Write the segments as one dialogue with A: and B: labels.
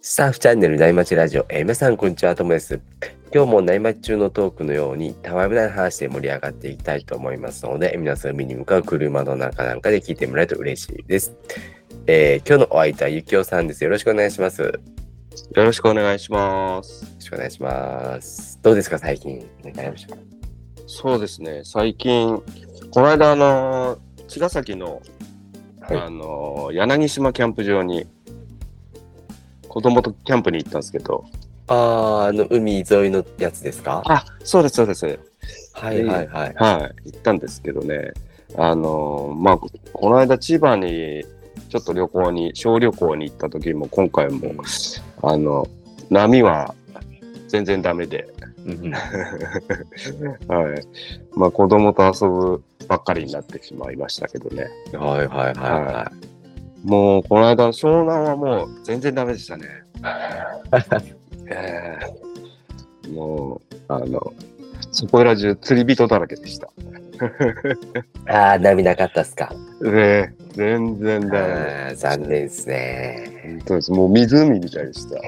A: スタッフチャンネル内町ラジオ、えー皆さんこんにちは、ともです。今日も内町中のトークのように、たわいもない話で盛り上がっていきたいと思いますので、皆さん海に向かう車の中なんかで聞いてもらえると嬉しいです。えー今日のお相手はゆきおさんです。よろしくお願いします。よ
B: よろしくお願いします。
A: ろしくお願いします。どうですか、最近。何かありましたか
B: そうですね、最近、この間、あのー、茅ヶ崎の、
A: はい
B: あのー、柳島キャンプ場に、子供とキャンプに行ったんですけど、
A: あー、あの、海沿いのやつですか
B: あ、そうです、そうです。
A: はいはいはい。
B: はい、行ったんですけどね、あのー、まあ、この間、千葉に、ちょっと旅行に、小旅行に行った時も、今回も、あの、波は全然ダメで、
A: うんうん
B: はい。まあ、子供と遊ぶばっかりになってしまいましたけどね。
A: はいはいはいは
B: もう、この間、湘南はもう全然ダメで したね。ええもう、あの、そこら中釣り人だらけでした。
A: い。あー、波なかったっすか。
B: ねえ全然ダメ。
A: あー残念ですね。
B: 本当です。もう湖みたいでした。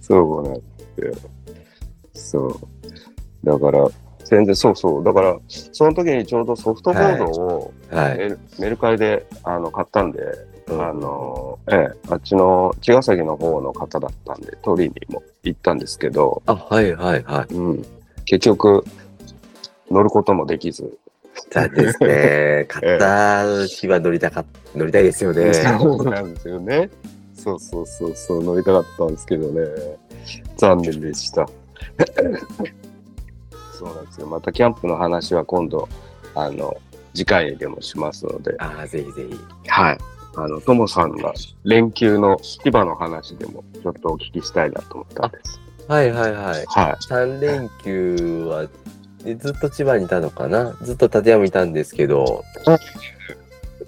B: そうなんですよ。そう。だから、全然、そうそう。だから、その時にちょうどソフトボードを
A: は
B: メ,、
A: い。
B: メルカリであの買ったんで、
A: うん
B: あの、ええ、あっちの茅ヶ崎の方の方だったんで、取りにも行ったんですけど、
A: あ、はいはいは
B: うん、結局、乗ることもできず。
A: い。だって ですね、買った日は乗りたかっ乗りたいですよ ね。
B: そうなんですよね。そうそうそうそう、乗りたかったんですけどね。残念でした。 そうなんですよ。またキャンプの話は今度、あの、次回にでもしますので、
A: ああ、ぜひぜひ。
B: はい。あの、ともさんが連休の千葉の話でもちょっとお聞きしたいなと思ったんです。
A: はいはいはい。
B: はい。
A: 3連休は、えずっと千葉にいたのかなずっと立山にいたんですけど、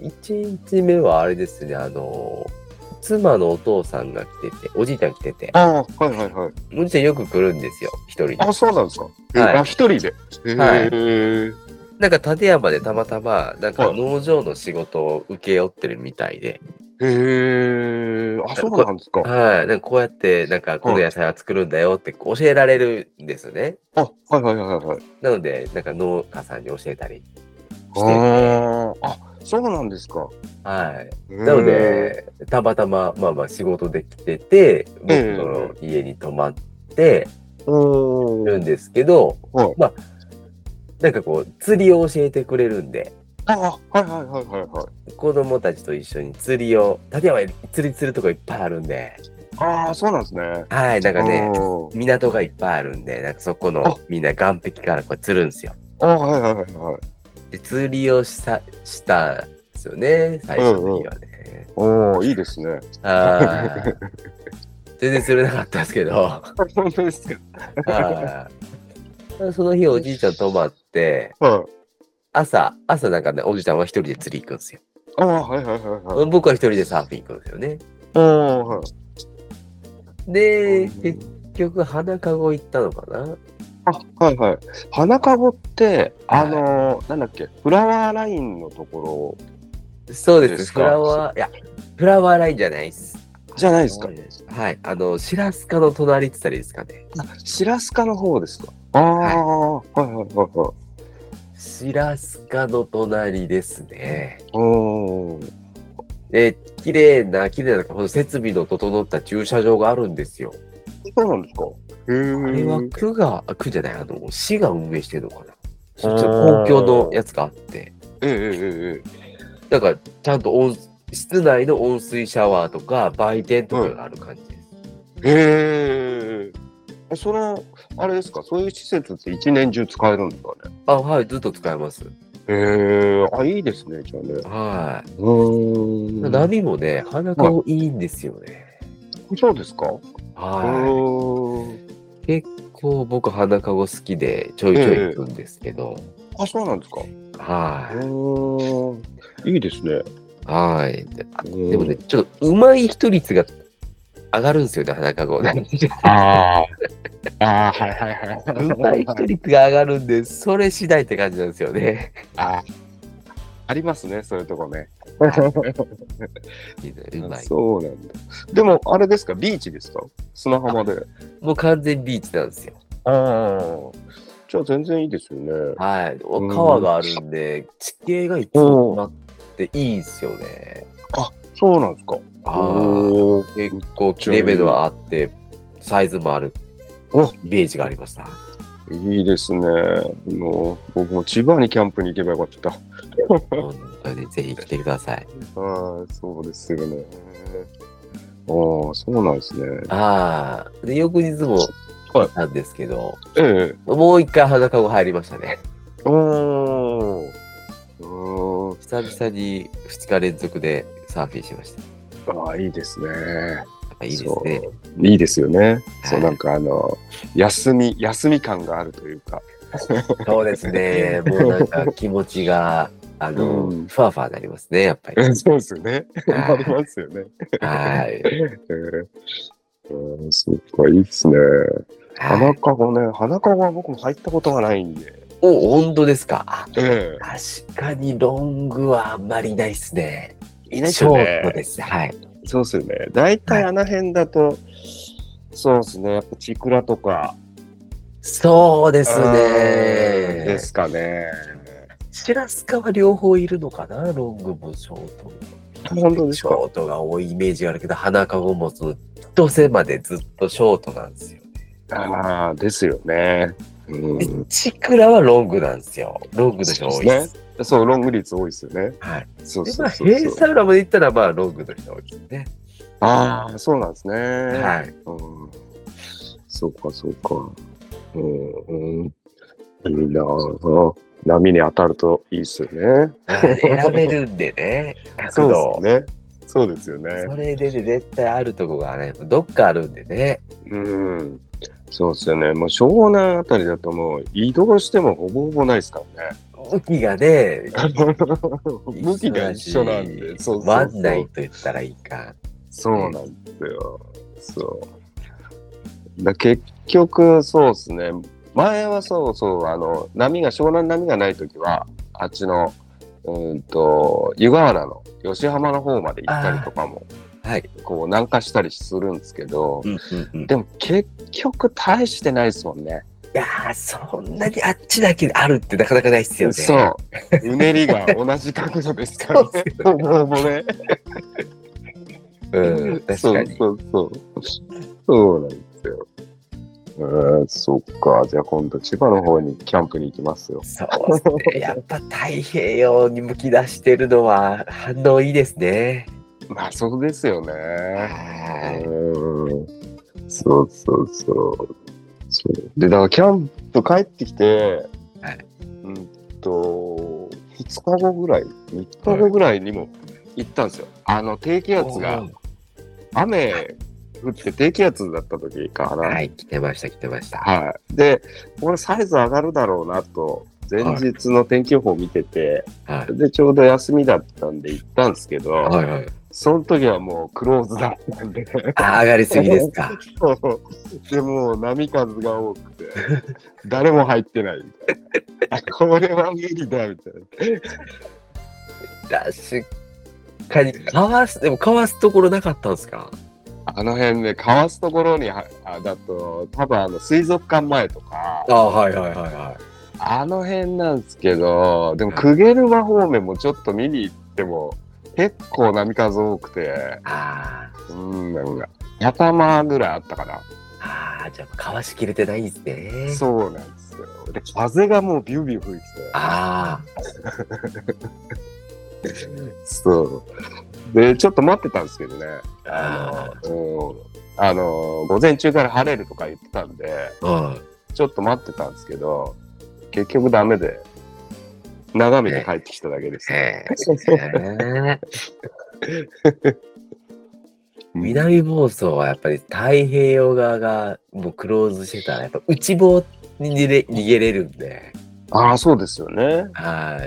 A: 1日目はあれですね、あの、妻のお父さんが来てて、おじいちゃん来てて、
B: ああ、はいはいはい。
A: おじいちゃんよく来るんですよ、一人で。
B: あ、そうなんですか。え
A: はい
B: あ、一人で。へー
A: なんか立山でたまたま、なんか
B: はい
A: 農場の仕事を請け負ってるみたいで、
B: へえ。あ、そうなんですか。
A: はい、なんかこうやって、なんかこの野菜は作るんだよって教えられるんですよね。
B: あ、はいはいはいはい。
A: なので、なんか農家さんに教えたりして、
B: ああ、そうなんですか。
A: はい。
B: な
A: なの、で、たまたま、まあまあ仕事で来てて、僕
B: うん
A: の家に泊まって
B: うん、
A: るんですけど、
B: はい
A: まあ、なんかこう、釣りを教えてくれるんで、
B: あ、はいはいはいはいはい。
A: 子供たちと一緒に釣りを、立山に釣りするとこいっぱいあるんで、
B: ああ、そうなんですね。
A: はい、なんかね、
B: うん
A: 港がいっぱいあるんで、なんかそこの
B: あ
A: みんな岸壁からこう釣るんですよ。
B: あ、はいはいはいはい。
A: で釣りをしたしたんですよね最初の日はね。
B: おお、いいですね。
A: あー全然釣れなかったんですけどあ
B: 本当ですか。
A: ーその日おじいちゃん泊まって
B: はい。
A: 朝朝なんかねおじいちゃんは一人で釣り行くんですよ。
B: ああ、はいはいはいはい。
A: 僕は一人でサーフィン行くんですよね。
B: うん、はい。
A: で結局花籠行ったのかな
B: あ、はいはい。花かごって、あのー、なんだっけ、フラワーラインのとこ
A: そうです
B: です
A: フ
B: か
A: ラワーいやフラワーラインじゃないです。
B: ろじゃないですか。
A: はいあの白須賀の隣って言ったらいいですかね。
B: 白須賀の方ですか。ああ、はいはいはいはい。
A: 白須賀の隣ですね。
B: おお。
A: で、綺麗な、綺麗な、この設備の整った駐車場があるんですよ。
B: そうなんですか。へ
A: あ
B: ー
A: れは区が、あ区じゃない、あの、市が運営してるのかな。そっちの公共のやつがあって、
B: ええええええ。
A: なんか、ちゃんと温室内の温水シャワーとか、売店とかがある感じです。
B: へえ。そのあれですか、そういう施設って一年中使えるんですかね。
A: あ、はい、ずっと使えます。
B: へえ。あ、いいですね、じゃあね。
A: は
B: うー
A: い。
B: ん。
A: 波もね、花顔いいんですよね。
B: そうですか。う
A: は
B: ーん。
A: い。結構僕、花籠好きで、ちょいちょい行くんですけど、
B: あ、そうなんですか。う
A: は
B: ーん。いいですね。
A: い。はい。であ
B: で
A: でもね、。ちょっとうまい人率が上がるんですよね、花籠。う
B: ああ。ああ、はいはい はい。
A: まい人率が上がるんで、それ次第って感じなんですよね。
B: ああ。ありますね、そういうとこね。
A: うまい。
B: そうなんだ。でも、あれですか、ビーチですか砂浜で。
A: もう完全ビーチなんですよ。
B: ああ。じゃあ全然いいですよね。
A: はい。お
B: うん
A: 川があるんで、地形がいつもなっていいんですよね。
B: そうなんですか。
A: あ
B: おー
A: あ。結構、レベルはあって、サイズもある
B: お
A: イメージがありました。
B: いいですね。もう僕も千葉にキャンプに行けばよかった。
A: 本当にぜひ来てください。
B: はい、そうですよね。ああ、そうなんですね。
A: ああ。で、翌日も
B: はい
A: 行ったんですけど、
B: え
A: もう一回裸が入りましたね。
B: え。おお。
A: 久々に2日連続でサーフィンしました。
B: ああ、いいですね。
A: やっぱいいですね。
B: そう。いいですよね。そ
A: は
B: う、
A: い
B: なんかあの、休み、休み感があるというか。
A: そうですね。もうなんか気持ちが、あの、
B: うん
A: ふわふわになりますね、やっぱり。
B: そうですよね。
A: はい
B: ありますよね。
A: はい。
B: えーえーそっか、いいですね。
A: は
B: 花
A: い、
B: かごね、花かごは僕も入ったことがないんで。
A: お、温度ですか。あ
B: え
A: 確かにロングはあんまりいないですね。
B: えい
A: い
B: ないですよね
A: ショートです。はい。
B: そうですよね。大体あの辺だと、そうですね。やっぱチクラとか。
A: そうです
B: うんで
A: ね。
B: すかね。
A: シラスカは両方いるのかな、ロングもショートも。
B: 本当です
A: シ
B: か
A: ョートが多いイメージがあるけど、花かごもずっと背までずっとショートなんですよ。
B: ああ、ですよね。う
A: で
B: ん。
A: チクラはロングなんですよ。ロングの人が多いです。
B: そう、ロング率多いですよね。
A: はい。
B: そう
A: で、
B: そ
A: まあ、
B: うそう
A: ヘ
B: そう
A: イ。サウラまで行ったら、まあ、ロングの人が多いですね。
B: ああ、そうなんですね。
A: はい。
B: うんそうか、そうか。うん、うん。いいなぁ。波に当たるといいっすよね。
A: 選べるんでね。角度。
B: ね。 そうですよね。
A: それでね絶対あるとこがね、どっかあるんでね。
B: うん。そうですよね。もう湘南あたりだともう移動してもほぼほぼないですからね。
A: 向きがね、
B: 向きが一緒なんで。
A: そ
B: そう
A: そ
B: う
A: う
B: そ
A: ワ
B: う
A: ン
B: そ
A: ナイ
B: う。
A: と言ったらいいか。
B: そうなんですよ。そう。だ結局、そうですね。前はそうそう、あの、波が、湘南の波がないときは、あっちの、うーんと、湯河原の、吉浜の方まで行ったりとかも、
A: はい。
B: こう、南下したりするんですけど、
A: うんうんうん、い
B: でも結局、大してないですもんね。
A: やー、そんなにあっちだけあるってなかなかないっすよね。
B: そう。うねりが同じ角度ですから
A: そう
B: ね。
A: っす
B: ほ
A: よ
B: ぼ
A: ね
B: ほぼね。
A: うん、確かに。
B: そうそうそう。そうなんですよ。えー、そっか。じゃあ今度千葉の方にキャンプに行きますよ。
A: そうですね。やっぱ太平洋にむき出してるのは反応いいですね。
B: まあそうですよね。
A: は
B: うん。そうそうそう。そうで、だからキャンプ帰ってきて、
A: はい
B: うんと、2日後ぐらい、3日後ぐらいにも行ったんですよ。あの、低気
A: い。
B: 圧が、雨降って低気圧だった時かな。
A: はい、来てました、来てました。
B: はい。で、これサイズ上がるだろうなと、前日の天気予報見てて、
A: はい。
B: で、ちょうど休みだったんで行ったんですけど、
A: はいはい。
B: その時はもうクローズだったんで、
A: あ上がりすぎですか。
B: でもう波数が多く て、誰も入ってないみたいな。あこれは無理だみたいな。
A: 確かに、かわす、でもかわすところなかったんですか
B: あの辺ね、かわすところにはあだと、多分あの水族館前とか、
A: あはいはいはいは
B: あの辺なんですけど、でも、クゲルマ方面もちょっと見に行っても、結構波数多くて
A: い。、あー
B: うん、なんか、頭ぐらいあったかな。
A: あー、じゃあ、かわしきれてないんですね。
B: そうなんですよ。で、風がもうビュービュー吹いて
A: あ
B: て。そう。で、ちょっと待ってたんですけどね。あの、うん、あの、午前中から晴れるとか言ってたんで、
A: あ、うん。
B: ちょっと待ってたんですけど、結局ダメで、眺めて帰ってきただけです。
A: へえ。南房総はやっぱり太平洋側がもうクローズしてたら、やっぱ内房に逃げれ逃げれるんで、
B: ああ、そうですよね。
A: はい、
B: あ
A: なん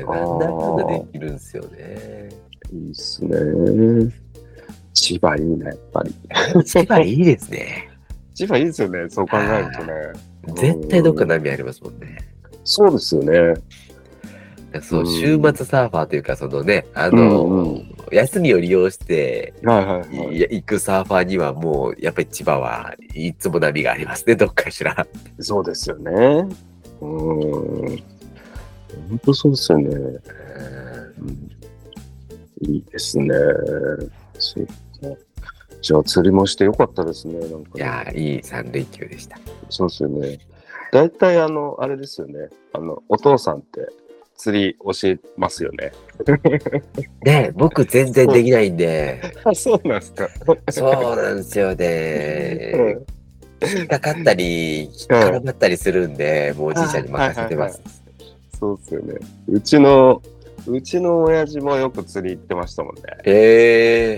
B: ー
A: だかんだできるんですよね。
B: いいっすね。千葉いいね、やっぱり。
A: 千葉いいですね。
B: 千葉いいですよね、そう考えるとね。
A: 絶対どっか波ありますもんね。
B: そうですよね。
A: そうう、
B: ん
A: 週末サーファーというか、そのね、あの、
B: うんう
A: 休みを利用して、
B: はいはいはい
A: いや行くサーファーにはもう、やっぱり千葉はいつも波がありますね、どっかしら。
B: そうですよね。うーん。本当そうですよね。いいですね。そっか。じゃあ釣りもしてよかったですね。なんかね、
A: いやー、いい3連休でした。
B: そうですよね。大体あの、あれですよね。あの、お父さんって釣り教えますよね。
A: ね僕全然できないんで、
B: あ、そうなんですか。
A: そうなんですよね。引っかかったり、引っ絡まったりするんで、もうおじいちゃんに任せてます。
B: そうですよね。うちの、うちの親父もよく釣り行ってましたもんね。
A: えー、
B: え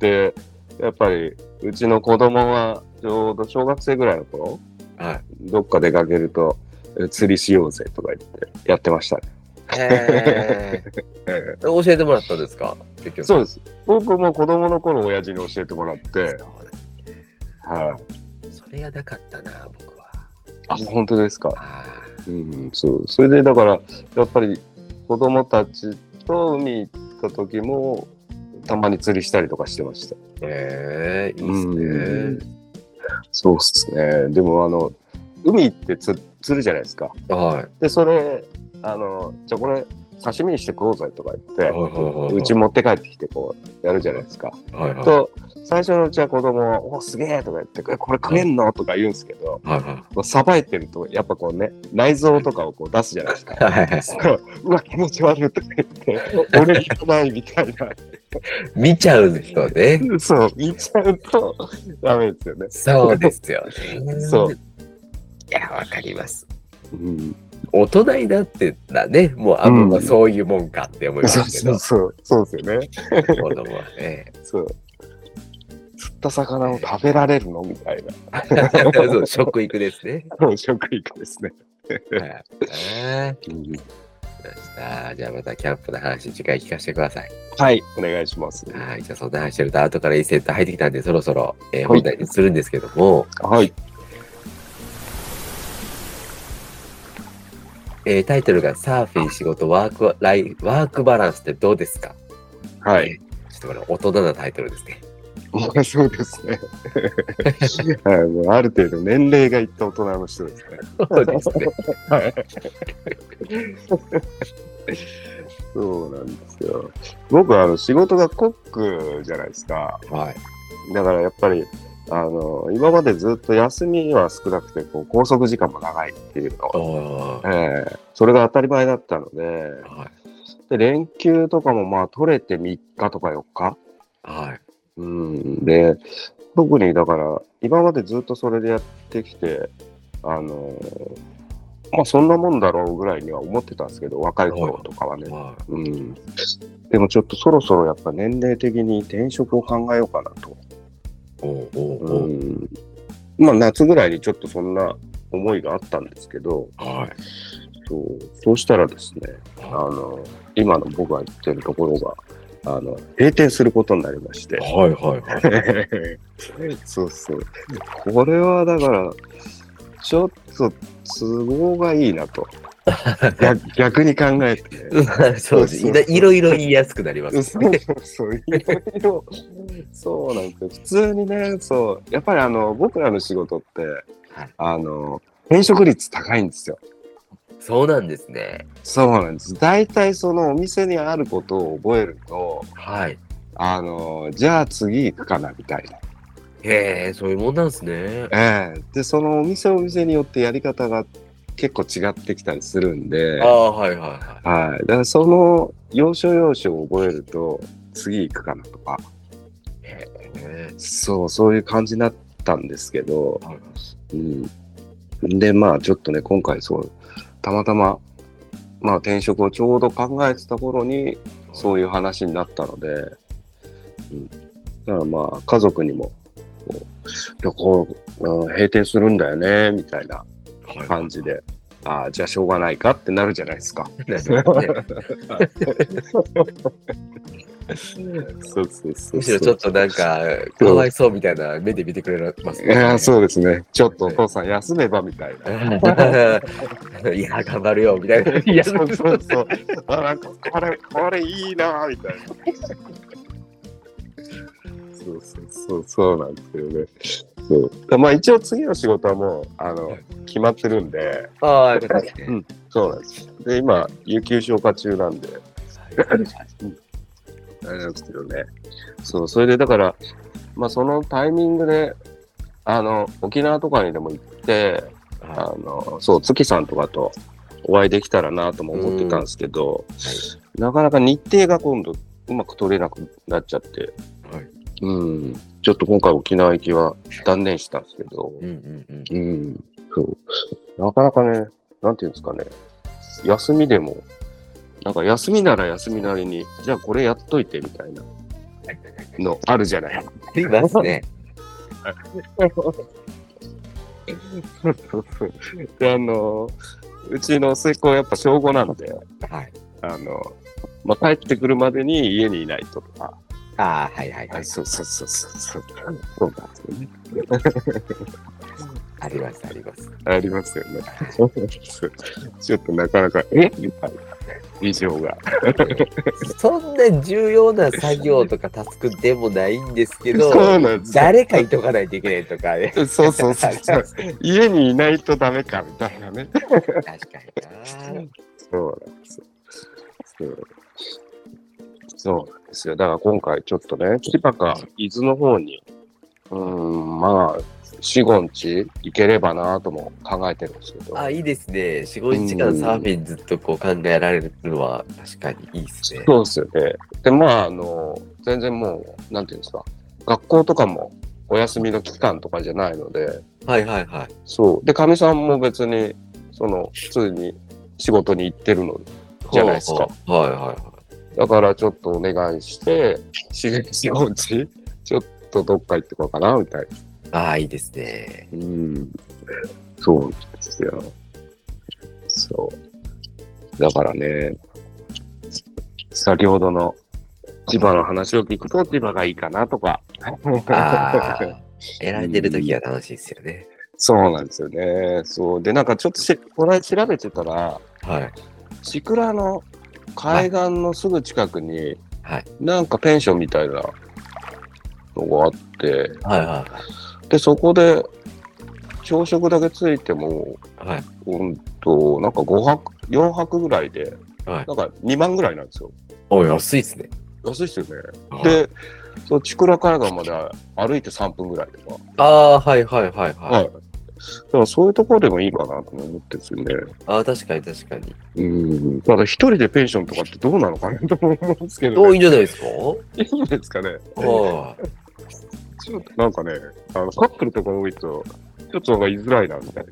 B: えで、やっぱり、うちの子供は、ちょうど小学生ぐらいの頃、
A: はい
B: どっか出かけると、え釣りしようぜとか言ってやってましたね。
A: えー教えてもらったんですか結局
B: そうです。僕も子供の頃、親父に教えてもらって、
A: そう
B: はい。
A: だそれがなかったな、僕は。
B: あ、本当ですか。
A: あ
B: うん、そう。それでだから、やっぱり子供たちと海行った時も、たまに釣りしたりとかしてました。
A: ーえー、い
B: うん
A: いですね。
B: そうですね。でも、あの、海行ってつ釣るじゃないですか。
A: は
B: で、それ、あの、じゃあこれ、刺身にして食おうぜとか
A: い。
B: 言って、うち
A: も。
B: 持って帰ってきて、こう、やるじゃないですか。
A: はいはい。
B: と、最初のうちは子供は、おすげえとか言って、これこれ食えんのとか言うんですけど、
A: はいはい
B: こうさばいてると、やっぱこうね、内臓とかをこう出すじゃないですか。
A: はいはい
B: その うわ、気持ち悪いとか言って、俺行かないみたい
A: 見ちゃうんですよね。
B: な、そう、見ちゃうとダメですよね。
A: そうですよ ね。
B: そう
A: いや、わかります。
B: うん、
A: 大人になってたね、もう、あ
B: うん
A: まあそういうもんかって思いま
B: そう
A: すけ
B: そ
A: ど
B: う、そう、そうですよね。
A: 子供はね。
B: そう。釣った魚を食べられるのみたいな。
A: そう食育ですね。
B: そう食育ですね。
A: はいねわかりましたじゃあまたキャンプの話、次回聞かせてください。
B: はい、お願いします。
A: はい、じゃあそんな話してると、後からいいセット入ってきたんで、そろそろ、えー
B: は
A: 本
B: い
A: 題にするんですけども、
B: はい。
A: えータイトルがサーフィン仕事ワークライワークバランスってどうですか
B: はい。
A: ちょっとこれ大人なタイトルですね。
B: まあそうですね。あのある程度年齢がいった大人の人ですね。
A: そうですね。
B: そうなんですよ。僕はあの仕事がコックじゃないですか。
A: はい。
B: だからやっぱり、あの、今までずっと休みは少なくて、こう、拘束時間も長いっていうの。
A: おー
B: ええそれが当たり前だったので、
A: はい。
B: で、連休とかもまあ取れて3日とか4日。
A: はい。
B: うん。で、特にだから、今までずっとそれでやってきて、あのーまあそんなもんだろうぐらいには思ってたんですけど、若い頃とかはね。
A: は
B: うん。でもちょっとそろそろやっぱ年齢的に転職を考えようかなと。
A: い。おーおー
B: う
A: おー
B: ん。まあ夏ぐらいにちょっとそんな思いがあったんですけど、
A: はい。
B: そうそうしたらですね、あの、今の僕が行ってるところが、あの、閉店することになりまして。
A: はいはいはい。
B: そうそう。これはだから、ちょっと都合がいいな と。逆逆に考えて、ね。
A: そうです。いないろいろ言いやすくなります
B: そ
A: ね。
B: うそうそう、いろいろ、そうなんですよ。普通にね、そう、やっぱりあの、僕らの仕事って
A: はい、
B: あの、転職率高いんですよ。
A: そうなんですね。
B: そうなんです。大体そのお店にあることを覚えると、
A: はい。
B: あの、じゃあ次行くかな、みたいな。
A: へえ、そういうもんなんですね。
B: ええで、そのお店お店によってやり方が結構違ってきたりするんで、
A: あ
B: は。
A: あ、はいはいはい
B: だからその要所要所を覚えると、次行くかなとか、
A: い。へえ。
B: そう、そういう感じになったんですけど、
A: はい
B: うん。で、まあちょっとね、今回そう、たまたま、まあ転職をちょうど考えてた頃に、そういう話になったので、うん、だからまあ家族にも、こう旅行、うん閉店するんだよね、みたいな
A: はい
B: 感じで、ああ、じゃあし ょうがないかってなるじゃないですか。
A: なるほどね
B: そうそうそう。
A: むしろちょっとなんか、かわいそうみたいな目で見てくれます
B: いやーそうですね。ちょっとお父さん休めばみたいな。
A: いや、頑張るよ、みたいな。 いや、
B: そうそうそう。あ、なんか、これ、これいいなーみたいな。そうそうそう、そうなんですよね。そう。まあ、一応次の仕事はもう、あの、決まってるんで、
A: ああ、よかったですね。
B: そうなんです。で、今、有給消化中なんで、あれなんですけどね。そう、それでだから、まあ、そのタイミングで、あの、沖縄とかにでも行って、
A: は
B: あの、そう、月さんとかとお会いできたらなとも思ってたんですけど、なかなか日程が今度うまく取れなくなっちゃって、
A: はい
B: うん、ちょっと今回沖縄行きは断念したんですけど、
A: い。うんうんうん。
B: うん、そう。なかなかね、なんていうんですかね、休みでも、なんか休みなら休みなりに、じゃあこれやっといてみたいなのあるじゃない。
A: いますね。
B: で、あの、うちの末っ子はやっぱ小5なので、
A: はい。
B: あの、まあ、帰ってくるまでに家にいないとか、
A: ああ、はいはいはい。
B: そうそうそうそうそう。そうなんですよね。
A: ありますあります。
B: ありますよね。 ちょっとなかなか、えみたいな異常が。
A: そんな重要な作業とかタスクでもないんですけ
B: そう
A: ど、
B: なんですよ。
A: 誰かいとかないといけないとかね。
B: そうそうそう そう。家にいないとダメかみたいなね。
A: 確かにな。
B: そうなんですよ。そうそうなんですよ。だから今回ちょっとね、千葉か伊豆の方に、うーん、まあ、四五日行ければなぁとも考えてるんですけど。
A: あいいですね。4、5時間サーフィンずっとこう考えられるのは確かにいいですね。
B: そうですよね。で、まあ、あの、全然もう、なんていうんですか、学校とかもお休みの期間とかじゃないので、
A: はいはいはい。
B: そう。で、かみさんも別に、その、普通に仕事に行ってるので、じゃないですか
A: はあはいはいは
B: だからちょっとお願いして、刺激のうち、ちょっとどっか行ってこようかな、みたいな。
A: い。ああ、いいですね。
B: うん。そうなんですよ。そう。だからね、先ほどの千葉の話を聞くと、千葉がいいかなとか。
A: ああ、選んでる時は楽しいですよね。
B: そうなんですよね。そう。で、なんかちょっとし、これ調べてたら、
A: はい。
B: シクラの海岸のすぐ近くに、
A: はい
B: なんかペンションみたいなのがあって、
A: はいは
B: で、そこで朝食だけついても、
A: い。はい。
B: うんと、なんか5泊、4泊ぐらいで、
A: はい
B: なんか2万ぐらいなんですよ。
A: お、安いですね。
B: 安いっすよね。で、そう、チクラ海岸まで歩いて3分ぐらいとか。
A: ああ、はいはいはい
B: は。
A: はいい。
B: だからそういうところでもいいかなとも思ってるんですよね。
A: ああ、確かに確かに。
B: うん。ただ一人でペンションとかってどうなのかなとも思うんですけど、
A: どうい
B: ね。
A: いんじゃないですか
B: いいんですかね。
A: は
B: ちょっとなんかね、あのカップルとか多いと、ちょっとなんか居づらいなみたい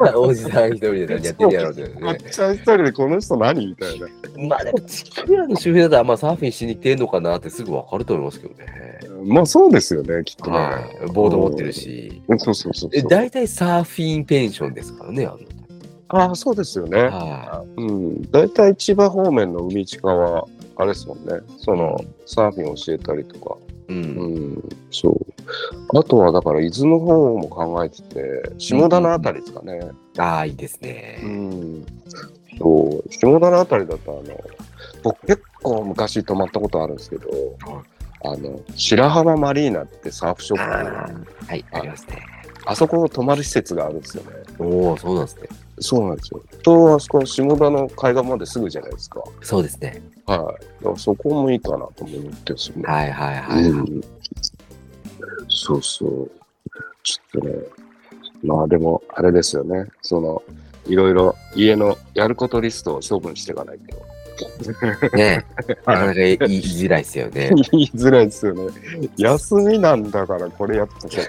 B: な。
A: い。おじさん一人で 何やってるやろうって
B: こっ
A: ね。
B: ちは一人でこの人何みたいな。
A: まあでも、地球らの周辺だったら、まあサーフィンしに来てんのかなってすぐわかると思いますけどね。
B: まあそうですよね、きっとね。
A: はい。ボード持ってるし。
B: うんそうそうそうそう。
A: え、大体サーフィンペンションですからね、あ
B: ああ、そうですよ
A: の。
B: ね。
A: は
B: うん。大体千葉方面の海近は、あれですもんね。その、サーフィン教えたりとか。
A: い。う。
B: うんん、そう。あとはだから伊豆の方も考えてて、下田のあたりですかね。
A: ああ、いいですね。
B: ん。そう、下田のあたりだと、あの、僕結構昔泊まったことあるんですけど、
A: は
B: あの、白浜マリーナってサーフショ
A: あ
B: ップ、
A: あ、はい、ありますね。
B: あそこの泊まる施設があるんですよね。
A: おお、そうなんですね。
B: そうなんですよ。と、あそこ下田の海岸まですぐじゃないですか。
A: そうですね。
B: はい。だからそこもいいかなと思ってですね。
A: はいはいはい。
B: うん、そうそう。ちょっとね、まあでも、あれですよね。その、いろいろ家のやることリストを処分していかないと。
A: ねなかなか言いづらいですよ ね。
B: 言いづらいですよね。休みなんだから、これやっとけ。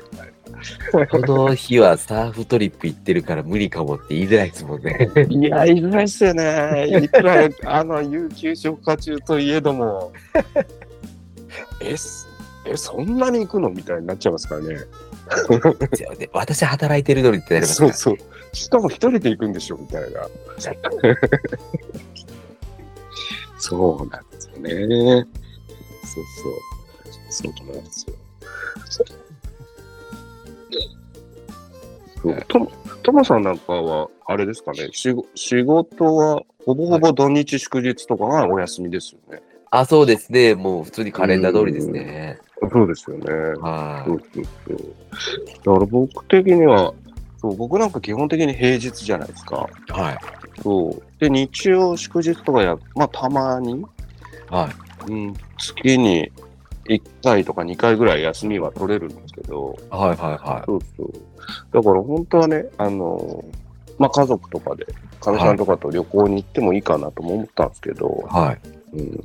A: この日はサーフトリップ行ってるから無理かもって言いづらいですもん ね。
B: いや、言いづらいですよね。いくら、あの、有給消化中といえども。え、すえ、そんなに行くのみたいになっちゃいますからね。
A: ですよね私働いてるのにってなりますか
B: そ
A: ら
B: うそう。しかも一人で行くんでしょみたいな。そうなんですよね。そうそう。そうなんですよ。そうともともさんなんかは、あれですかね、仕事仕事はほぼほぼ土日祝日とかがお休みですよね。
A: あ、そうですね。もう普通にカレンダー通りですね。
B: そうですよね。
A: は
B: そうそうそう。だから僕的には、そう僕なんか基本的に平日じゃないですか。
A: い。はい。
B: そう。で、日曜、祝日とかや、まあたまに、
A: はい。
B: うん、月に1回とか2回ぐらい休みは取れるんですけど、
A: はいはいは
B: そうそう。だから本当はね、あのーまあ家族とかで、かみさんとかと旅行に行ってもいいかなとも思ったんですけど、
A: い。はい。
B: うん、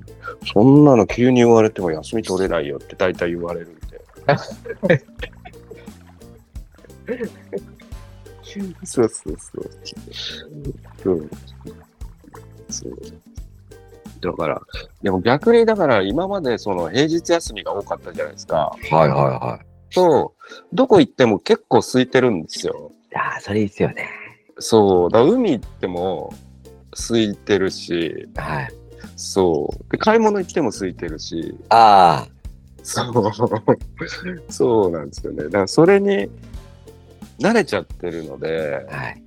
B: そんなの急に言われても休み取れないよって大体言われるんで。そうそうそう。うん、そうだから、でも逆にだから今までその平日休みが多かったじゃないですか。
A: はいはいは
B: と、どこ行っても結構空いてるんですよ。
A: い。ああ、それいいっすよね。
B: そう。だから海行っても空いてるし、
A: はい。
B: そう。で買い物行っても空いてるし、
A: あ
B: そう。 そうなんですよね。だからそれに慣れちゃってるので
A: あ、、はい。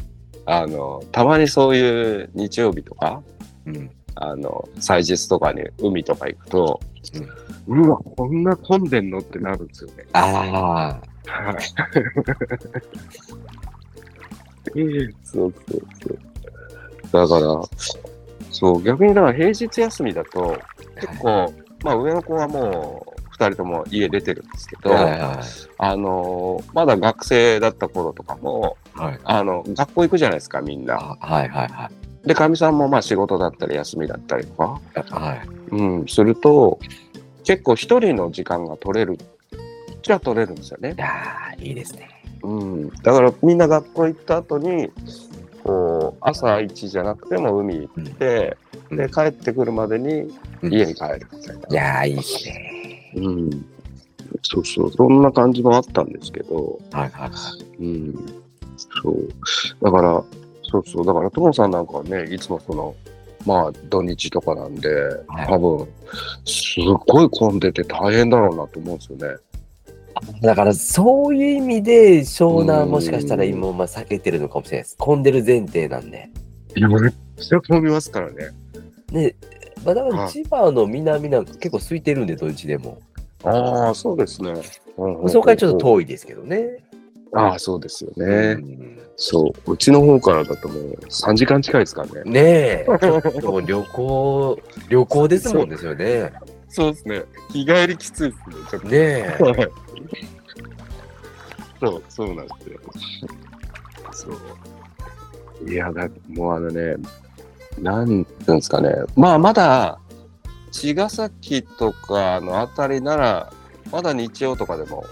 B: あの、たまにそういう日曜日とか、
A: うん。
B: あの、祭日とかに海とか行くと、うわ、こんな混んでんのってなるんですよね。
A: ああ、
B: はい。そうそうそう。だから、そう、逆にだから平日休みだと、結構、まあ上の子はもう、二人とも家出てるんですけど、
A: はいは
B: あのーまだ学生だった頃とかも、
A: い。はい。
B: あの、学校行くじゃないですか、みんな。
A: あはいはいはい。
B: で、かみさんもまあ仕事だったり休みだったりとか、
A: はい。
B: うん、すると、結構一人の時間が取れる、じゃあ取れるんですよね
A: い。やーいいですね。
B: うん、だからみんな学校行った後に、こう、朝一じゃなくても海行って、
A: うんう
B: で、
A: ん
B: 帰ってくるまでに
A: うん
B: 家に帰るみたいな。
A: いやーいいっすね。
B: うん。そうそう、そんな感じもあったんですけど、
A: はいはいはい。
B: うん、そう。だから、そうそう、だから、ともさんなんかはね、いつもその、まあ、土日とかなんで、
A: はい
B: 多分、すっごい混んでて大変だろうなと思うんですよね。
A: だからそういう意味で湘
B: うん
A: 南もしかしたら今まあ避けてるのかもしれないです混んでる前提なんで
B: いや、めっちゃ混みますからね。
A: で、まあ、だか
B: は
A: ら
B: い
A: 千葉の南なんか結構空いてるんで土日でも
B: ああ、そうですね。
A: そこからちょっと
B: 遠い。
A: 遠いですけどね
B: ああ、そうですよね。
A: うん
B: そう。うちの方からだともう3時間近いですからね。
A: ねえちょっともう旅行旅行ですもんですよね
B: そうですね。日帰りきついですね、ちょっ
A: ねえ
B: はいそう、そうなんですよ。そう。いや、だもうあのね、なんていうんですかね。まあ、まだ、茅ヶ崎とかのあたりなら、まだ日曜とかでも、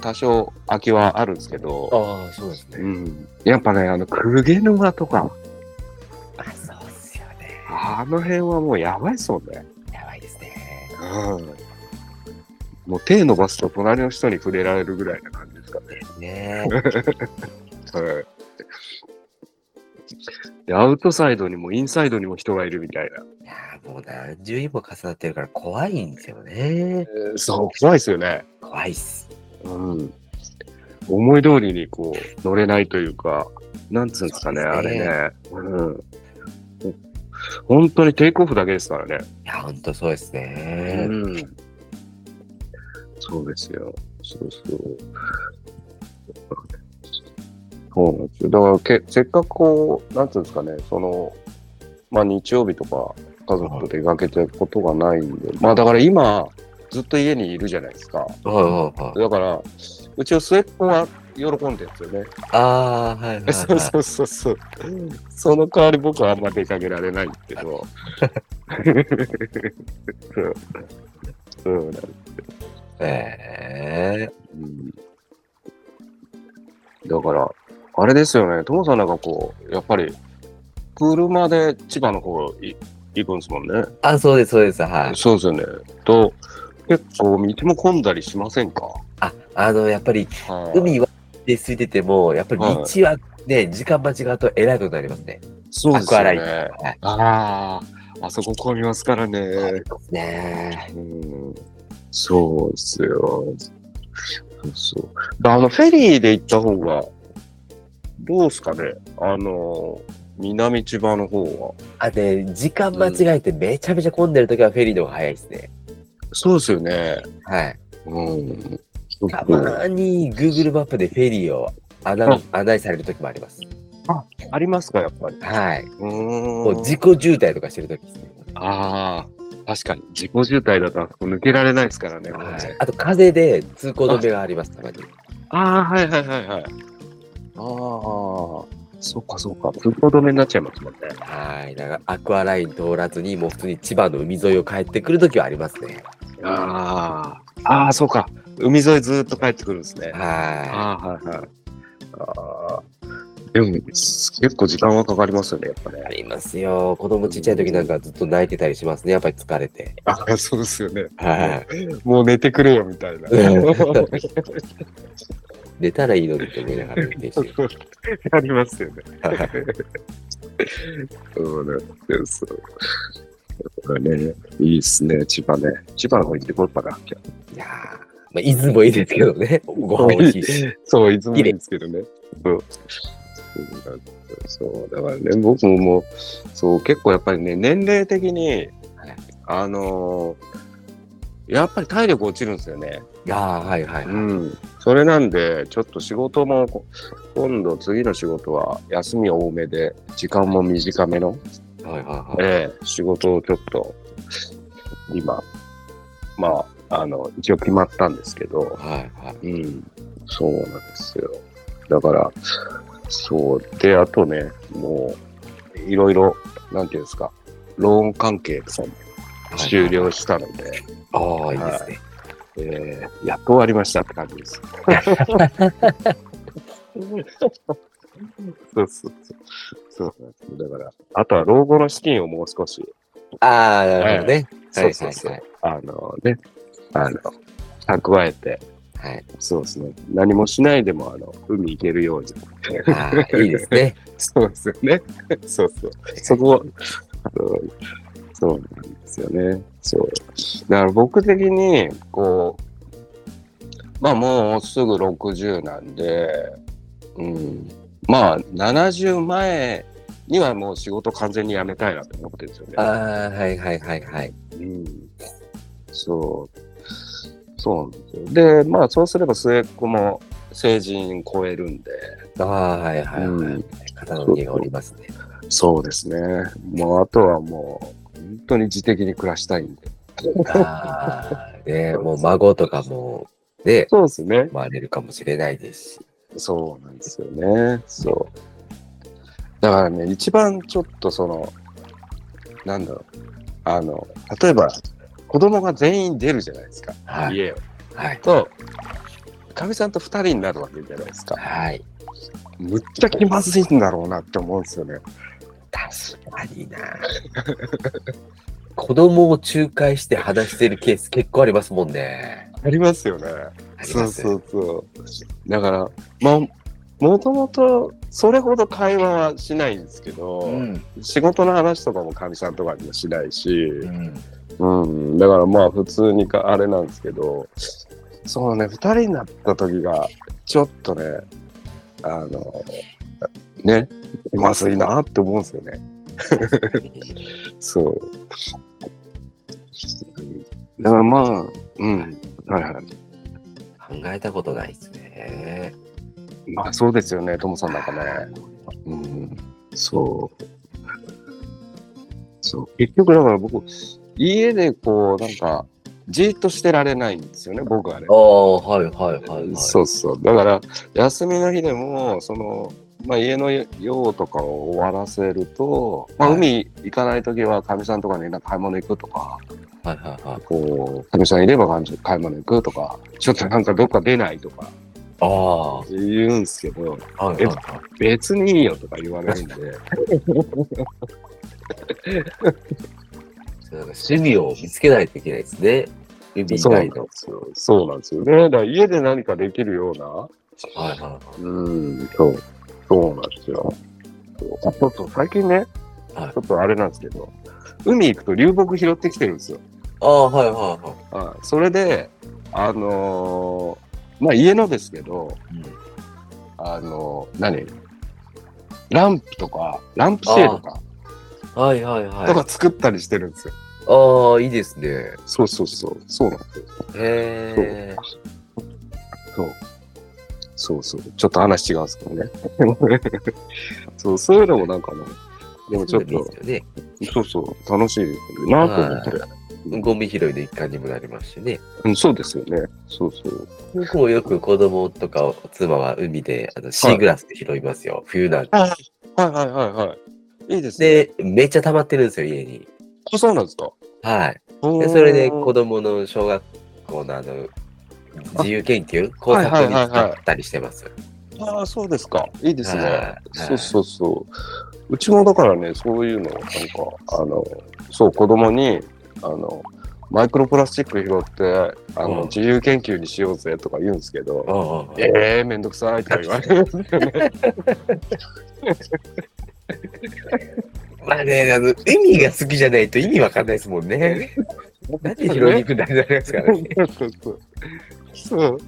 B: 多少空きはあるんですけど、
A: ああそうです
B: う
A: ね
B: ん。やっぱね、あの、公家沼とか、
A: あそうっすよね
B: あの辺はもうやばいっすもんね。
A: やばいですね
B: もう手伸ばすと隣の人に触れられるぐらいな感じですかね。
A: ね
B: はい。で、アウトサイドにもインサイドにも人がいるみたいな。
A: えいやーもう何十にも重なってるから怖いんですよね
B: そう、怖いですよね。
A: 怖いっす
B: うん。思い通りにこう、乗れないというか、なんつうんですかね、
A: そう
B: あ
A: ですね
B: れね。うん。本当にテイクオフだけですからね。
A: いやほんとそうですね、
B: うん。そうですよ。そうそう。そうなんですよ。だからけ、せっかくこう、なんていうんですかね、その、まあ日曜日とか家族と出かけてることがないんで、まあだから今、ずっと家にいるじゃないですか。
A: はいはいはい。
B: だから、うちの末っ子は喜んでるんですよね。
A: ああ、はいはい、はい。
B: そうそうそうそう。その代わり僕はあんま出かけられないんですけ ど。そう。そうなんです
A: ええ
B: うんだから、あれですよね、ともさんなんかこう、やっぱり、車で千葉の方い行くんですもんね。
A: あ、そうです、そうです。はい。
B: そうですよね。と、結構、道も混んだりしませんか、
A: あ、あの、やっぱり、
B: はい
A: 海は、で空いてても、やっぱり道はね、時間間違うと偉いことになりますね。
B: そうです
A: アクア
B: よ
A: ライン
B: ね。
A: はい。
B: ああ、あそこ混みますからね。
A: ねえ
B: うんそうですよ。そうそう。だあの、フェリーで行った方が、どうすかねあの、南千葉の方は。
A: あ、で、時間間違えてめちゃめちゃ混んでるときはフェリーの方が早いですね。
B: そうですよね。
A: はい。
B: うん。
A: たまに Google マップでフェリーを案内案内されるときもあります。
B: ありますか、やっぱり。
A: はい。
B: う
A: もう
B: ーん。
A: 自己渋滞とかしてるときですね。
B: ああ、確かに。自己渋滞だとあそこ抜けられないですからね。
A: はい。あと、風で通行止めがあります、たまに。
B: ああ、はいはいはいはい。ああ、そうかそうか。通行止めになっちゃいますもんね。
A: はい。だから、アクアライン通らずに、もう普通に千葉の海沿いを帰ってくるときはありますね。
B: ああ、ああ、そうか。海沿いずーっと帰ってくるんですね。
A: は
B: ああ、はいはい。ああ、でも結構時間はかかりますよね、やっぱ
A: い。
B: ね
A: あ。りますよ。子供ちっちゃいときなんかずっと泣いてたりしますね。やっぱり疲れて。
B: ああ、そうですよね。
A: は
B: もう寝てくれよみ たいな。
A: い。寝たらいいのにって思いながら運転 してる。
B: ありますよね。
A: はい
B: そうなんですよ。だからね、いいっすね、千葉ね。千葉の方行ってこようかな。
A: いやーまあ、伊豆もいいですけどね。ご飯美味しいし。
B: そう、いつもいいんですけどね。そう。そうなんですよそうだからね、僕ももう、そう、結構やっぱりね、年齢的に、
A: はい
B: あのーやっぱり体力落ちるんですよね。
A: いやーはいはい、
B: う
A: はい
B: ん。それなんで、ちょっと仕事も、こ今度次の仕事は休み多めで、時間も短めの、
A: はいはいはい。
B: ええ仕事をちょっと、今、まあ、あの、一応決まったんですけど、
A: はいはい。
B: うん、そうなんですよ。だから、そう。で、あとね、もう、いろいろ、なんていうんですか、ローン関係とかも終了したので、
A: ああ、いいですね。
B: えーやっと終わりましたって感じです。そうそうそう。そうなんですよだから、あとは老後の資金をもう少し、
A: ああ、なるほどね。は
B: そ
A: いう
B: そうそう
A: はい
B: あのね、あの、蓄えて、
A: はい。はい
B: そうですね、何もしないでも、あの、海行けるように。
A: あー。いいですね。
B: そうですよね。そうそう。そこ、あのそうなんですよね。そう。だから僕的に、こう、まあもうすぐ60なんで、うん、まあ70前にはもう仕事完全に辞めたいなと思ってるんですよね。
A: ああ、はいはいはいはい。
B: うん、そう。そうなんですよ。で、まあそうすれば末っ子も成人超えるんで、
A: ああ、はいはいは
B: うん
A: い。肩の荷がおりますね。
B: そうですね。もうあとはもう、本当に自的に暮らしたいんで。
A: ああ、ね、もう孫とかも、ね、
B: そうですね。
A: 生まれるかもしれないですし。
B: そうなんですよね。そう。だからね、一番ちょっとその、なんだろう。あの、例えば、子供が全員出るじゃないですか。
A: はい。
B: 家を。
A: はい。
B: と、かみさんと二人になるわけじゃないですか。
A: はい。
B: むっちゃ気まずいんだろうなって思うんですよね。
A: 確かにな。子供を仲介して話してるケース結構ありますもんね。
B: ありますよね。
A: あり
B: そ
A: ま
B: う
A: す
B: そうそう。だから、まあ、もともとそれほど会話はしないんですけど、
A: うん。
B: 仕事の話とかもかみさんとかにもしないし、
A: うん。
B: うん、だからまあ普通にかあれなんですけど、そうね、二人になった時が、ちょっとね、あの、ね、まずいなって思うんですよね。そう。だからまあ、うん、はいはい。
A: 考えたことないですね。
B: まあそうですよね、ともさんなんかね。うん、そう。そう。結局だから僕、家でこう、なんか、じーっとしてられないんですよね、僕はね
A: あ。あ、はいはいはい、はい。
B: そうそう。だから、休みの日でも、その、まあ、家の用とかを終わらせると、まあ、
A: はい
B: 海行かないときは、かみさんとかになんか買い物行くとか、
A: はいはいはい。
B: こう、かみさんいればかみさん買い物行くとか、ちょっとなんかどっか出ないとか
A: ああ、は
B: 言うんすけど、
A: いはいは
B: 別にいいよとか言われるんで、
A: い。なんか趣味を見つけないといけないですね。指以
B: そうなん
A: 外
B: で
A: の。
B: すよ。そうなんですよね。だから家で何かできるような、
A: はいはいは
B: うん、そう。そうなんですよ。あそうそう、最近ね、
A: はい
B: ちょっとあれなんですけど、海行くと流木拾ってきてるんですよ。
A: ああ、はいはいは
B: あそれで、あのーまあ家のですけど、あのー何ランプとか、ランプシェードか、
A: い。はいはいはい。
B: とか作ったりしてるんですよ。
A: ああ、いいですね。
B: そうそうそう、そうなんですよ。
A: へえ。
B: そう。そうそう。ちょっと話違うんですけどね。 そう、そういうのもなんかね、でもちょっ
A: そういうのいい
B: と、
A: ですよね。
B: そうそう、楽しいなと思って。
A: ゴミ拾いの一環にもなりますしね。
B: うん、そうですよね。そうそう。
A: 僕もよく子供とか妻は海であのシーグラスで拾いますよ、冬なんて。
B: はいはいはいはい。いいですね。
A: で、めっちゃ溜まってるんですよ、家に。
B: あそうなんですか
A: はい。
B: そ
A: でそれで子供の小学校のあの、自由研究、工作に使ったりしてます。
B: ああ、そうですか。いいですね。
A: はいはい
B: そうそうそう。うちもだからね、そういうの、なんか、あの、そう、子供に、あの、マイクロプラスチック拾って、あ
A: う
B: の、
A: ん
B: 自由研究にしようぜとか言うんですけど、
A: うんうん
B: ええー、めんどくさいとか言われ るんですよね。
A: まあね、あの、海が好きじゃないと意味わかんないですもんね。何で拾いに行くんだってなりますからね。
B: そうそうそう。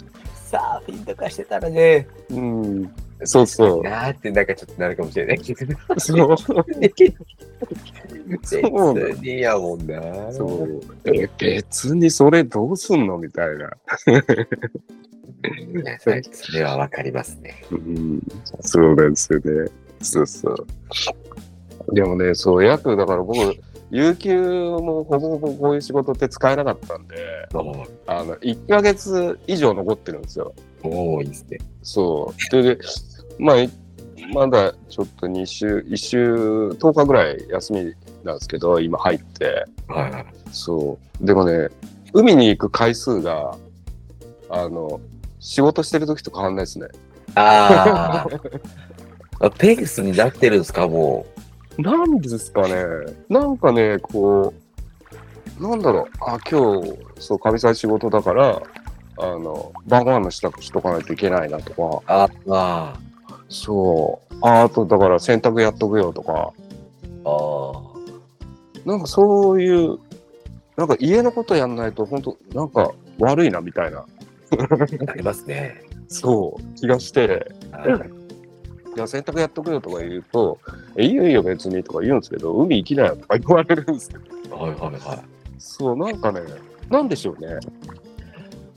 A: サーフィンとかしてたらね、
B: そう。うん。そうそう。
A: なーってなんかちょっとなるかもしれないけど。
B: そう。
A: 別にやもんな。
B: そう。え、別にそれどうすんのみたいな。
A: はいそれはわかりますね。
B: うん、そうなんですよね。そうそう。でもね、そう、約、だから僕、有給もほぼほぼこういう仕事って使えなかったんで、
A: も
B: あの、1ヶ月以上残ってるんですよ。
A: う、もういいですね。
B: そう。それで、まあ、いまだちょっと2週、1週、10日ぐらい休みなんですけど、今入って。
A: はいはい。
B: そう。でもね、海に行く回数が、あの、仕事してる時と変わんないですね。
A: あ あ。ペースになってるんですか、も
B: なんですかね。なんかね、こう、なんだろう。あ、今日、そう、かみさん仕事だから、あの、晩ご飯の支度しとかないといけないなとか、
A: う。ああ。
B: そう、ああと、だから洗濯やっとくよとか、
A: ああ。
B: なんかそういう、なんか家のことやんないと、本当なんか悪いなみたいな、
A: ありますね。
B: そう、気がして、いや、洗濯やっとくよとか言うと、え、いいよいいよ別にとか言うんですけど、海行きなよとか言われるんですけど、
A: はいはいは
B: そう、なんかね、なんでしょうね。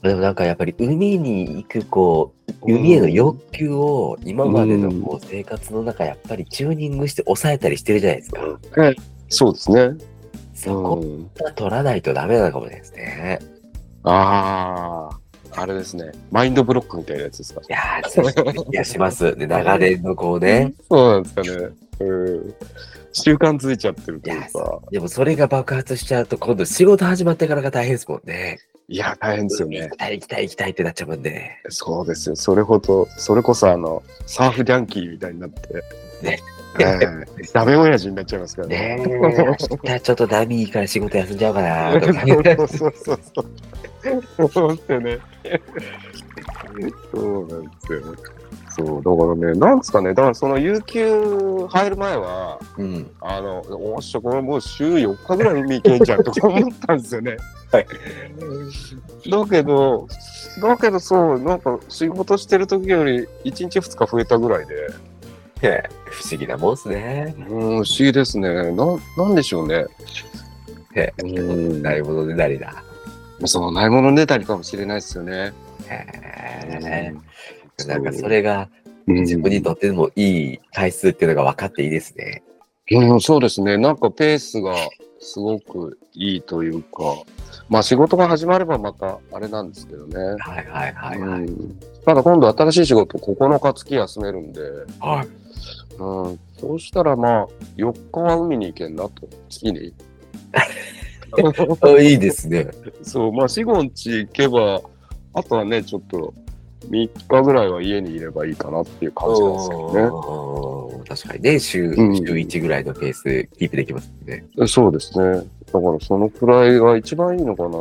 A: い。でもなんかやっぱり海に行くこう海への欲求を今までのこう生活の中やっぱりチューニングして抑えたりしてるじゃないですか。
B: そうですね。
A: そこ
B: うん
A: は取らないとダメなのかもしれないですね。
B: ああ、あれですね。マインドブロックみたいなやつですか。
A: いやー、そういう気がします。で、長年のこうね。
B: そうなんですかね。うん。習慣づいちゃってるというか。
A: でもそれが爆発しちゃうと、今度仕事始まってからが大変ですもんね。
B: いや、大変ですよね
A: 行。きたい行きたい行きたいってなっちゃうもんね。
B: そうですよ。それほど、それこそあの、サーフジャンキーみたいになって。
A: ね
B: ええダメ親父になっちゃいますからね。
A: ねえ、明日ちょっと波いいから仕事休んじゃおうかなとかね。
B: そうそうそうそう。そうですよね。そうなんですよ。そう、だからね、なんですかね、だからその有給入る前は、
A: うん。
B: あの、おっしゃ、これもう週4日ぐらい海行けんじゃんとか思ったんですよ ね。
A: はい。
B: だけど、だけどそう、なんか仕事してる時より1日2日増えたぐらいで、
A: 不思議なもんっすね。
B: うん、不思議ですね。な、なんでしょうね。
A: え
B: うん
A: なるほどね、なりだ。
B: そう、ないものねだりかもしれないですよね。
A: へえ。なんかそれが
B: うん、
A: 自分にとってもいい回数っていうのが分かっていいですね。
B: うん、そうですね。なんかペースがすごくいいというか、まあ仕事が始まればまたあれなんですけどね。
A: はいはいはいはい。
B: うんただ今度新しい仕事9日月休めるんで、
A: はい、
B: うん、そうしたらまあ4日は海に行けんなと、月 に。
A: あいいですね。
B: そう、まあ四五日行けば、あとはね、ちょっと3日ぐらいは家にいればいいかなっていう感じなんですけどね。
A: うん確かにね、週、週
B: うん
A: 1ぐらいのペースキープできますもんね。
B: そうですね。だからそのくらいが一番いいのかなと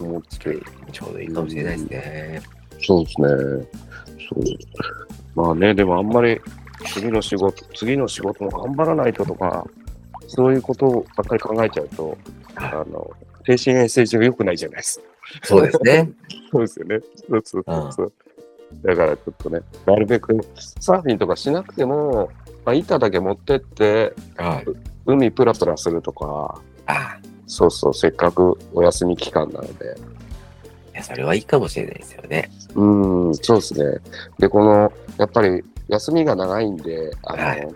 B: 思って。
A: ちょうどいいかもしれないですね。
B: そうですね。そう。まあね、でもあんまり次の仕事、次の仕事も頑張らないととか、そういうことばっかり考えちゃうと、あの、精神衛生上良くないじゃないですか。
A: そうです ね。
B: そうですよね。そうそうそうそう。だからちょっとね、なるべくサーフィンとかしなくても、まあ、板だけ持ってって、
A: はい。
B: 海プラプラするとか、
A: ああ、
B: そうそう、せっかくお休み期間なので。
A: いや、それはいいかもしれないですよね。
B: うん、そうですね。で、この、やっぱり休みが長いんで、あの、
A: はい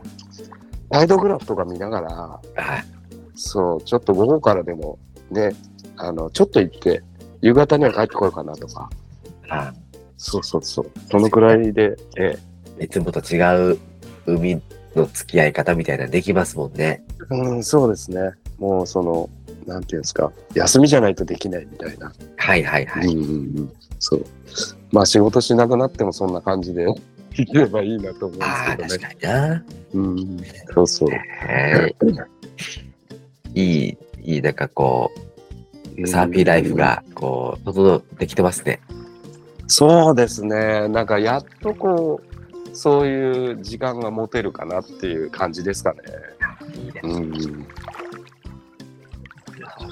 B: ガイドグラフとか見ながら、
A: はい。
B: そう、ちょっと午後からでも、ね、あの、ちょっと行って、夕方には帰ってこようかなとか、
A: ああ
B: そうそうそう、そのくらいで、ええ
A: いつもと違う海の付き合い方みたいなのできますもんね。
B: うん、そうですね。もうその、なんていうんですか、休みじゃないとできないみたいな。
A: はいはいはい。
B: うんうんうん。そう。まあ仕事しなくなってもそんな感じで できればいいなと思うんで
A: ああ、
B: す
A: 確か
B: け
A: にな。
B: どね。うん。そうそう。
A: はいいい、いい、なんかこう、サーフィンライフが、こう、整ってきてますね。
B: そうですね。なんかやっとこう、そういう時間が持てるかなっていう感じですかね。
A: いいで
B: うん。うん
A: す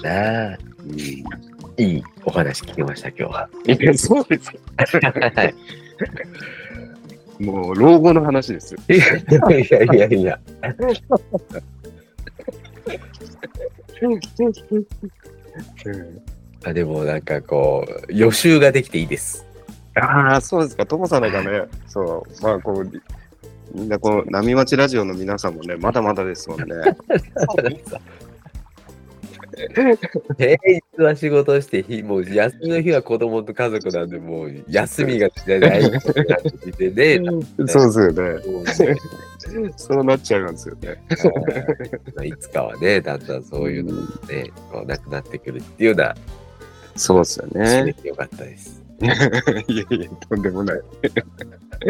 A: ね。いいお話聞きました、今日は。
B: いや、そうですよ。
A: はい
B: もう老後の話ですよ。
A: いやいやいやいや。
B: うん
A: あでもなんかこう、予習ができていいです。
B: ああ、そうですか、ともさんなんかね、そう、まあ、こう、みんなこの波町ラジオの皆さんもね、まだまだです もんね。
A: 平日は仕事して日、もう休みの日は子供と家族なんで、もう休みがないでね。
B: そうで
A: もうね
B: すよね。そうなっちゃうんですよね。
A: まあいつかはね、だんだんそういうのもね、こうなくなってくるっていうような、
B: そうですよ
A: 締
B: ね
A: め。てよかったです。
B: いやいや、とんでもない。そう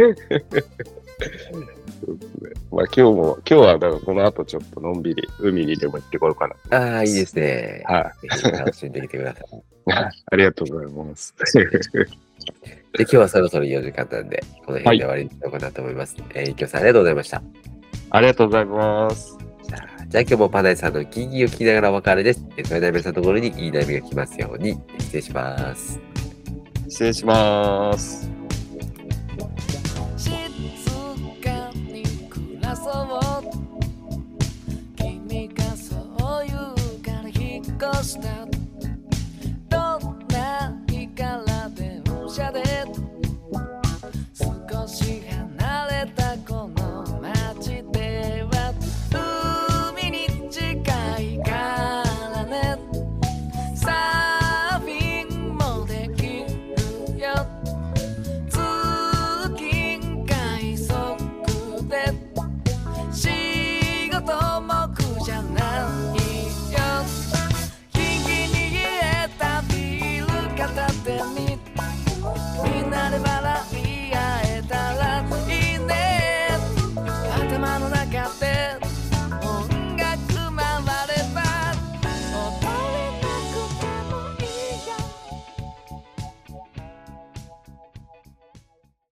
B: ですねまあ、今日も、今日は、だから、この後ちょっとのんびり海にでも行ってこようかな。
A: ああ、いいですね。
B: は
A: ぜひ楽しんできてください。
B: い。 ありがとうございます。
A: で、今日はそろそろ4時間なんで、この辺で終わりにしようかなと思います。えー、ゆきょさんありがとうございました。
B: ありがとうございます。
A: じゃあ今日もパナイさんのギーギーを聞きながらお別れです。えーそれでは皆さんのところにいい波が来ますように。失礼します。
B: 失礼します。
C: 静かに暮らそう君がそう言うから引っ越した